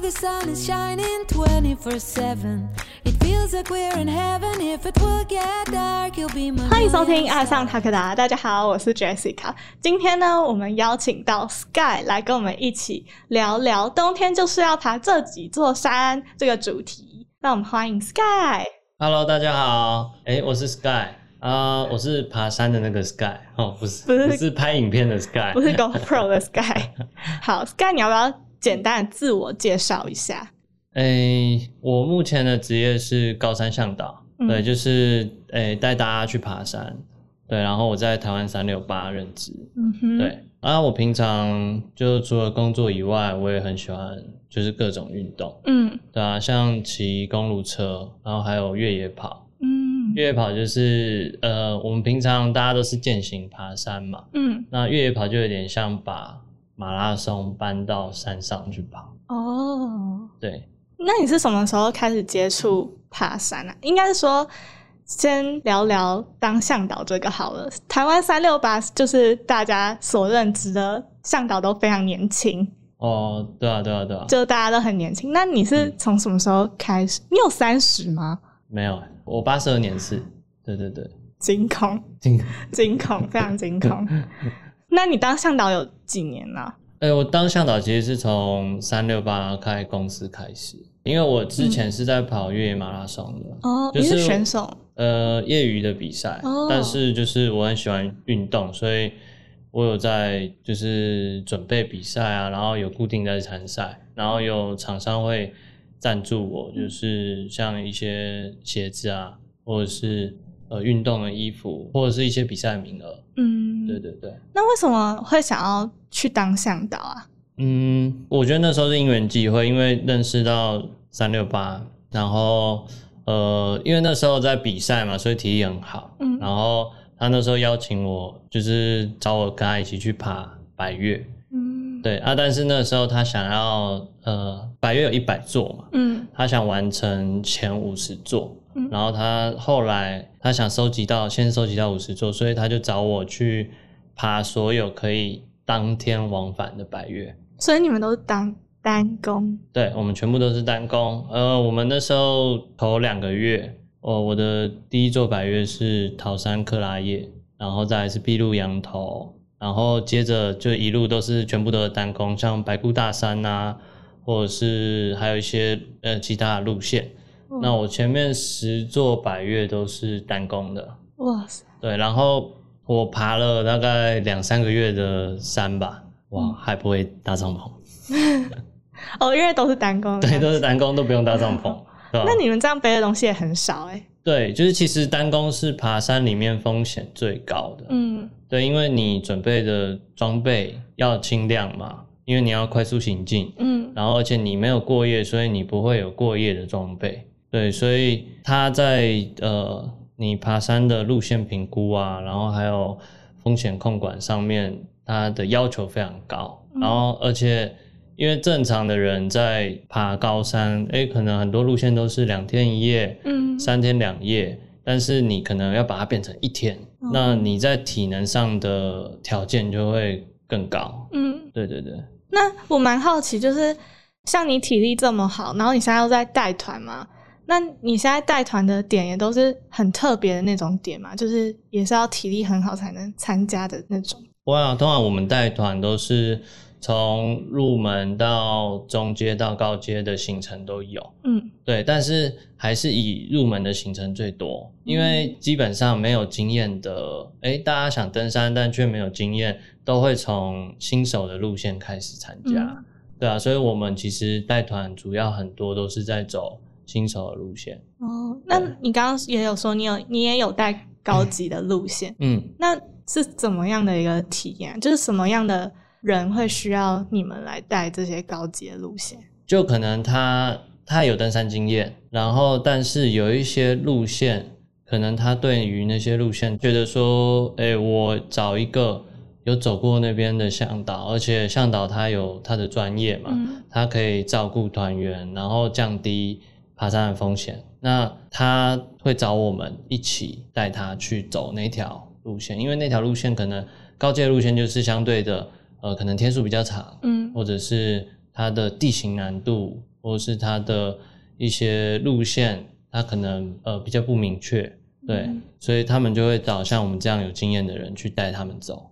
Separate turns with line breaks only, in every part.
the sun is shining 24 7. It feels like we're in heaven. If it will get dark, you'll be my.
欢迎收听《爱上塔克达》，大家好，我是 Jessica。今天呢，我们邀请到 Sky 来跟我们一起聊聊冬天就是要爬这几座山这个主题。那我们欢迎 Sky。
Hello，大家好，哎、我是 Sky 啊、我是爬山的那个 Sky 哦，不是，
不是
拍影片的 Sky，
不是 GoPro 的 Sky。好，Sky，你要不要简单地自我介绍一下？
哎、我目前的职业是高山向导，
嗯
对，就是哎带、大家去爬山，对，然后我在台湾三六八任职，
嗯哼，
对，然后我平常就除了工作以外，我也很喜欢就是各种运动，
嗯
对啊，像骑公路车，然后还有越野跑，
嗯
越野跑就是呃，我们平常大家都是践行爬山嘛。
嗯，
那越野跑就有点像把马拉松搬到山上去跑。
哦，
对，
那你是什么时候开始接触爬山啊？应该是说，先聊聊当向导这个好了。台湾三六八就是大家所认知的向导都非常年轻，
哦，对啊，对啊，对啊，
就大家都很年轻。那你
嗯
是从什么时候开始？你有三十吗？
没有欸，我八十二年次，对对 对，
惊恐，
进，
惊恐，非常惊 恐。那你当向导有几年了、
哎、我当向导其实是从三六八开公司开始，因为我之前是在跑越野马拉松的，
哦，
就
你是
是
选手，
呃，业余的比赛，
哦
但是就是我很喜欢运动，所以。我有在就是准备比赛啊，然后有固定在参赛，然后有厂商会赞助我，
嗯
就是像一些鞋子啊，或者是呃运动的衣服，或者是一些比赛名额。
嗯，
对对对，
那为什么会想要去当向导啊？
嗯，我觉得那时候是因缘际会，因为认识到三六八，然后呃，因为那时候在比赛嘛，所以体力很好。
嗯
然后他那时候邀请我，就是找我跟他一起去爬百越。
嗯，，
对啊，但是那时候他想要呃，百越有一百座嘛，
嗯
他想完成前五十座。
嗯
然后他后来他想收集到，先收集到五十座，所以他就找我去爬所有可以当天往返的百越。
所以你们都是当单工，
对，我们全部都是单工。呃，我们那时候头两个月，哦，我的第一座百月是桃山克拉叶，然后再来是碧露羊头，然后接着就一路都是全部都是单工，像白姑大山呐、或者是还有一些呃其他的路线。那我前面十座百月都是单工的，
哇塞，
对，然后我爬了大概两三个月的山吧，哇，还不会搭帐篷。
哦，因为都是单工，
对，都是单工，都不用搭帐篷，对吧？
那你们这样背的东西也很少哎、
对，就是其实单工是爬山里面风险最高的，
嗯
对，因为你准备的装备要轻量嘛，因为你要快速行进，
嗯
然后而且你没有过夜，所以你不会有过夜的装备，对，所以它在呃你爬山的路线评估啊，然后还有风险控管上面，它的要求非常高，然后而且。因为正常的人在爬高山，诶，可能很多路线都是两天一夜，
嗯，
三天两夜，但是你可能要把它变成一天，那你在体能上的条件就会更高。
嗯，
对对对，
那我蛮好奇，就是像你体力这么好，然后你现在又在带团嘛？那你现在带团的点也都是很特别的那种点嘛，就是也是要体力很好才能参加的那种。
哇，通常我们带团都是从入门到中阶到高阶的行程都有，
嗯
对，但是还是以入门的行程最多，因为基本上没有经验的，诶，大家想登山但却没有经验，都会从新手的路线开始参加。
嗯
对啊，所以我们其实带团主要很多都是在走新手的路线。
哦，那你刚刚也有说你有你也有带高级的路线，
嗯，
那是怎么样的一个体验？就是什么样的人会需要你们来带这些高级的路线？
就可能他他有登山经验，然后但是有一些路线，可能他对于那些路线觉得说，哎，我找一个有走过那边的向导，而且向导他有他的专业嘛，
嗯
他可以照顾团员，然后降低爬山的风险。那他会找我们一起带他去走那条路线，因为那条路线可能高阶路线就是相对的，呃，可能天数比较长，
嗯
或者是它的地形难度或者是它的一些路线，它可能呃比较不明确，对，所以他们就会找像我们这样有经验的人去带他们走。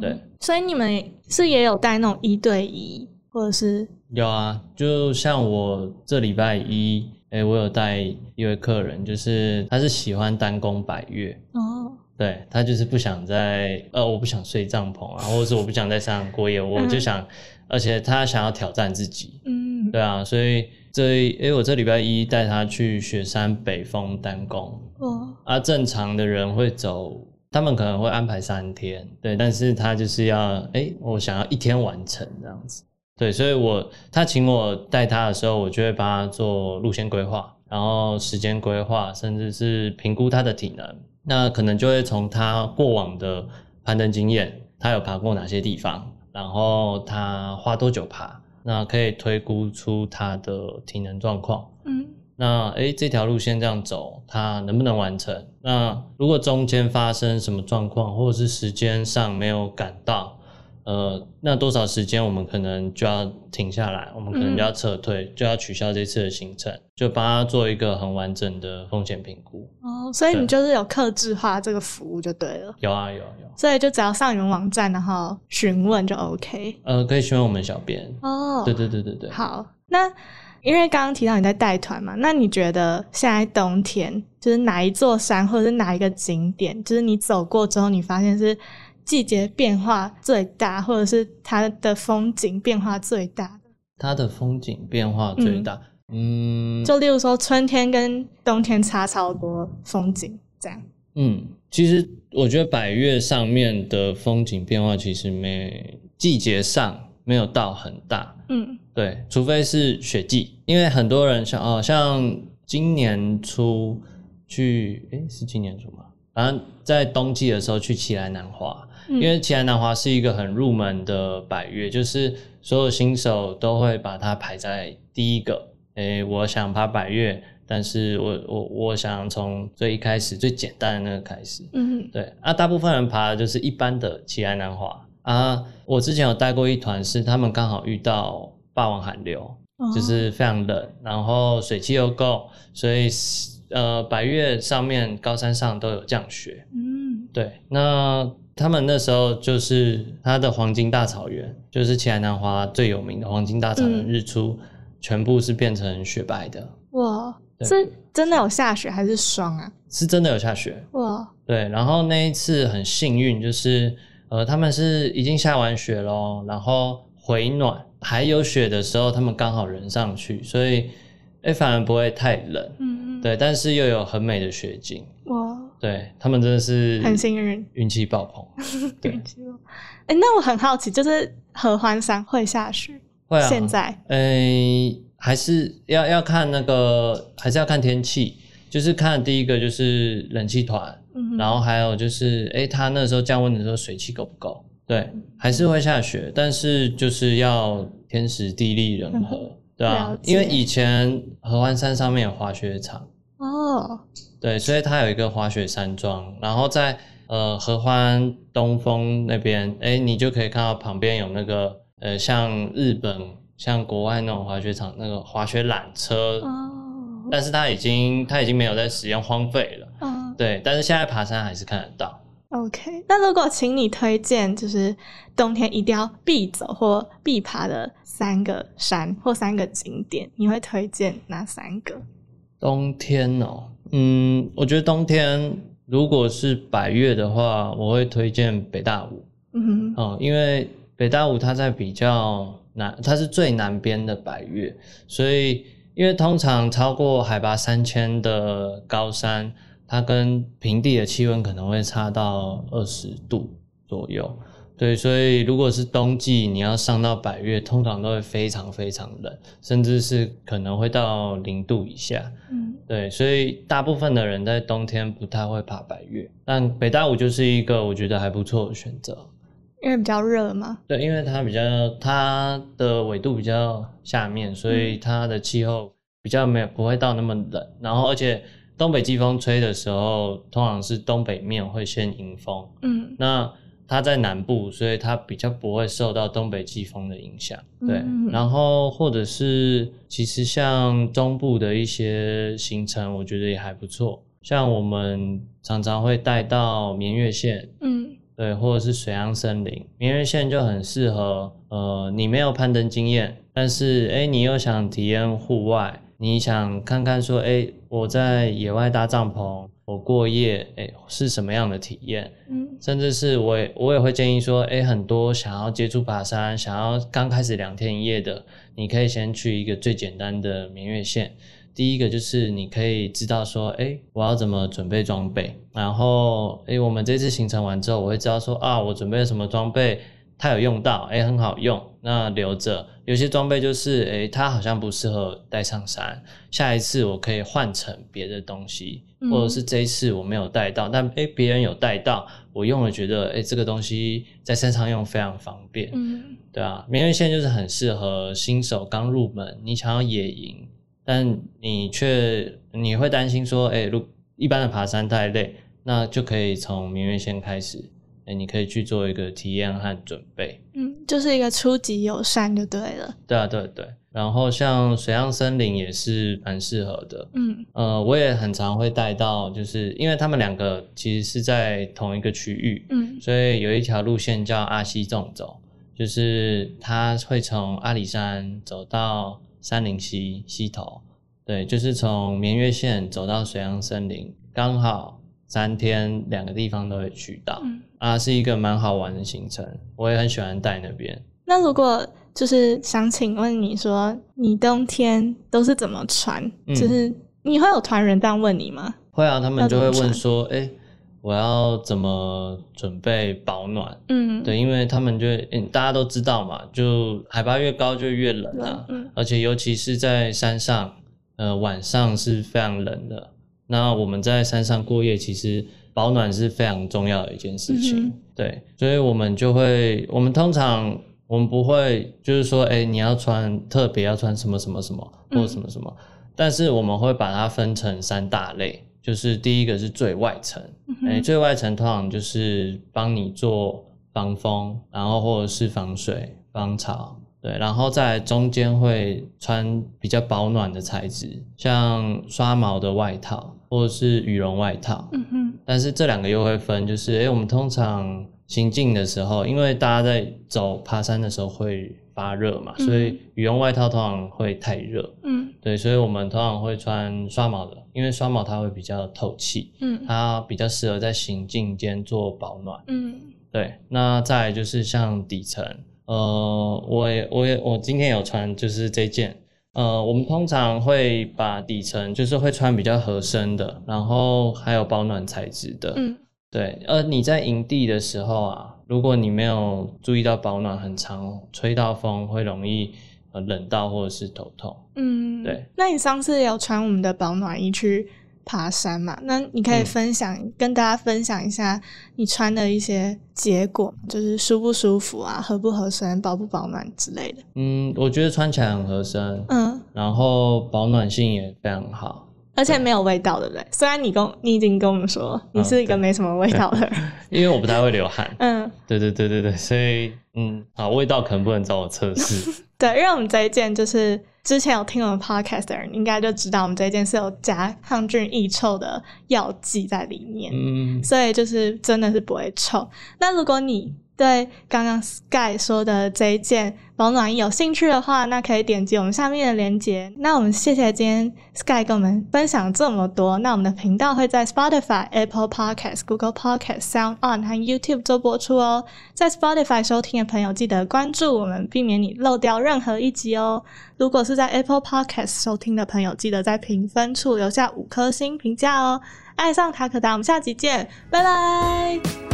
对，
所以你们是也有带那种一对一，或者是
有啊，就像我这礼拜一，哎、我有带一位客人，就是他是喜欢单攻百越，
哦，
对他就是不想在呃，我不想睡帐篷啊，或者是我不想在山上过夜，我就想，而且他想要挑战自己，
嗯，
对啊，所以这因为我这礼拜一带他去雪山北峰单攻
哦，
啊，正常的人会走，他们可能会安排三天，对，但是他就是要哎、我想要一天完成这样子，对，所以我他请我带他的时候，我就会帮他做路线规划，然后时间规划，甚至是评估他的体能。那可能就会从他过往的攀登经验，他有爬过哪些地方，然后他花多久爬，那可以推估出他的体能状况。
嗯，
那诶，这条路线这样走，它能不能完成？那如果中间发生什么状况，或者是时间上没有赶到，呃，那多少时间我们可能就要停下来，我们可能
嗯
就要撤退，就要取消这次的行程，就帮他做一个很完整的风险评估。
哦，所以你
对
就是有客制化这个服务就对了，
有啊，有啊有啊。
所以就只要上你们网站，然后询问就 OK。
呃，可以询问我们小编。
哦，
对对对对对。
好，那因为刚刚提到你在带团嘛，那你觉得现在冬天就是哪一座山或者是哪一个景点，就是你走过之后，你发现是季节变化最大，或者是它的风景变化最大的？
它的风景变化最大。嗯
就例如说春天跟冬天差超多风景这样。
嗯，其实我觉得百越上面的风景变化其实没季节上没有到很大，
嗯
对，除非是雪季，因为很多人像哦，像今年初去，诶，是今年初吗？反正在冬季的时候去奇莱南华，
嗯
因为奇莱南华是一个很入门的百越，就是所有新手都会把它排在第一个。诶，我想爬百越，但是我我我想从最一开始最简单的那个开始。
嗯
对啊，大部分人爬的就是一般的奇安南华啊。我之前有带过一团，是他们刚好遇到霸王寒流，
哦
就是非常冷，然后水汽又够，所以呃，百越上面高山上都有降雪。
嗯
对，那他们那时候就是它的黄金大草原，就是奇安南华最有名的黄金大草
嗯
原，日出、全部是变成雪白的，
哇，
对
是真的有下雪还是霜啊？
是真的有下雪。
哇，
对，然后那一次很幸运，就是呃，他们是已经下完雪咯，然后回暖还有雪的时候，他们刚好人上去，所以哎反而不会太冷，
嗯嗯，
对，但是又有很美的雪景，
哇，
对他们真的是
很幸运。
运气爆棚， 对，
哎、那我很好奇，就是合欢山会下雪？
会啊，
现在，
哎还是要要看那个，还是要看天气，就是看第一个就是冷气团，
嗯哼
然后还有就是，诶，它那时候降温的时候水汽够不够？对，还是会下雪，但是就是要天时地利人和，
嗯
对
了
啊，
解
因为以前合欢山上面有滑雪场，
哦，
对，所以它有一个滑雪山庄，然后在呃合欢东峰那边，诶，你就可以看到旁边有那个呃像日本、像国外那种滑雪场那个滑雪缆车，
哦，
但是它已经它已经没有在使用，荒废了。
嗯
对，但是现在爬山还是看得到。
，OK。那如果请你推荐，就是冬天一定要必走或必爬的三个山或三个景点，你会推荐哪三个？
冬天哦，嗯，我觉得冬天如果是百越的话，我会推荐北大武
嗯哼，
哦，因为北大武它在比较南，它是最南边的百越，所以因为通常超过海拔三千的高山，它跟平地的气温可能会差到二十度左右。对，所以如果是冬季，你要上到百越，通常都会非常非常冷，甚至是可能会到零度以下。
嗯
对，所以大部分的人在冬天不太会爬百越，但北大武就是一个我觉得还不错的选择。
因为比较热嘛。
对，因为它比较它的纬度比较下面，所以它的气候比较没有不会到那么冷。然后，而且东北季风吹的时候，通常是东北面会先迎风，
嗯
那它在南部，所以它比较不会受到东北季风的影响。对，
嗯
然后或者是其实像中部的一些行程，我觉得也还不错。像我们常常会带到绵月县，
嗯
对，或者是水漾森林，明月线就很适合。呃，你没有攀登经验，但是哎，诶你又想体验户外，你想看看说，哎，我在野外搭帐篷，我过夜，哎，是什么样的体验？
嗯
甚至是我也我也会建议说，哎，很多想要接触爬山，想要刚开始两天一夜的，你可以先去一个最简单的明月线。第一个就是你可以知道说，哎，我要怎么准备装备，然后，哎，我们这次行程完之后，我会知道说啊，我准备了什么装备，它有用到，哎，很好用，那留着。有些装备就是，哎，它好像不适合带上山，下一次我可以换成别的东西，
嗯
或者是这一次我没有带到，但哎，别人有带到，我用了觉得，哎，这个东西在身上用非常方便，
嗯
对啊，明月线就是很适合新手刚入门，你想要野营，但你却你会担心说，哎、如一般的爬山太累，那就可以从明月线开始，哎、你可以去做一个体验和准备。
嗯，就是一个初级友善就对了。
对啊，对对。然后像水漾森林也是蛮适合的，
嗯
呃，我也很常会带到，就是因为他们两个其实是在同一个区域，
嗯
所以有一条路线叫阿西纵走，就是它会从阿里山走到三林溪溪头，对，就是从绵月县走到水漾森林，刚好三天两个地方都会去到，
嗯。
啊，是一个蛮好玩的行程，我也很喜欢带那边。
那如果就是想请问你说，你冬天都是怎么穿？
嗯
就是你会有团员这样问你吗？
会啊，他们就会
那怎么
问
穿
说，哎、我要怎么准备保暖？
嗯，，
对，因为他们就、嗯大家都知道嘛，就海拔越高就越冷啊，
嗯
而且尤其是在山上，呃，晚上是非常冷的。那我们在山上过夜，其实保暖是非常重要的一件事情。
嗯哼
对，所以我们就会，我们通常我们不会就是说，哎、你要穿特别要穿什么什么什么或
嗯
什么什么，但是我们会把它分成三大类，就是第一个是最外层，
嗯
哎、
哼
最外层通常就是帮你做防风，然后或者是防水、防潮，对，然后在中间会穿比较保暖的材质，像刷毛的外套或者是羽绒外套。
嗯哼，
但是这两个又会分，就是诶、我们通常行进的时候，因为大家在走爬山的时候会发热嘛，
嗯
所以羽绒外套通常会太热，
嗯
对，所以我们通常会穿刷毛的，因为刷毛它会比较透气。
嗯
它比较适合在行进间做保暖。
嗯
对，那再来就是像底层，呃，我也我也我今天有穿就是这件，呃，我们通常会把底层就是会穿比较合身的，然后还有保暖材质的。
嗯
对，呃，你在营地的时候啊，如果你没有注意到保暖，很常吹到风会容易呃冷到或者是头痛。
嗯，
对。
那你上次有穿我们的保暖衣去爬山嘛？那你可以
嗯
分享、跟大家分享一下你穿的一些结果，就是舒不舒服啊，合不合身，保不保暖之类的。
嗯，我觉得穿起来很合身，
嗯，
然后保暖性也非常好。
而且没有味道，对不对？虽然你跟你已经跟我们说
啊
你是一个没什么味道的人，，
因为我不太会流汗
嗯，
对对对对对，所以嗯，好，味道可能不能找我测试，
对，因为我们这一件就是之前有听我们 podcast 的人应该就知道，我们这一件是有加抗菌抑臭的药剂在里面，
嗯
所以就是真的是不会臭。那如果你对刚刚 Sky 说的这一件保暖衣有兴趣的话，那可以点击我们下面的链接。那我们谢谢今天 Sky 跟我们分享这么多。那我们的频道会在 Spotify、Apple Podcast、Google Podcast、Sound On 和 YouTube 做播出哦。在 Spotify 收听的朋友，记得关注我们，避免你漏掉任何一集哦。如果是在 Apple Podcast 收听的朋友，记得在评分处留下五颗星评价哦。爱上塔可达，我们下集见，拜拜。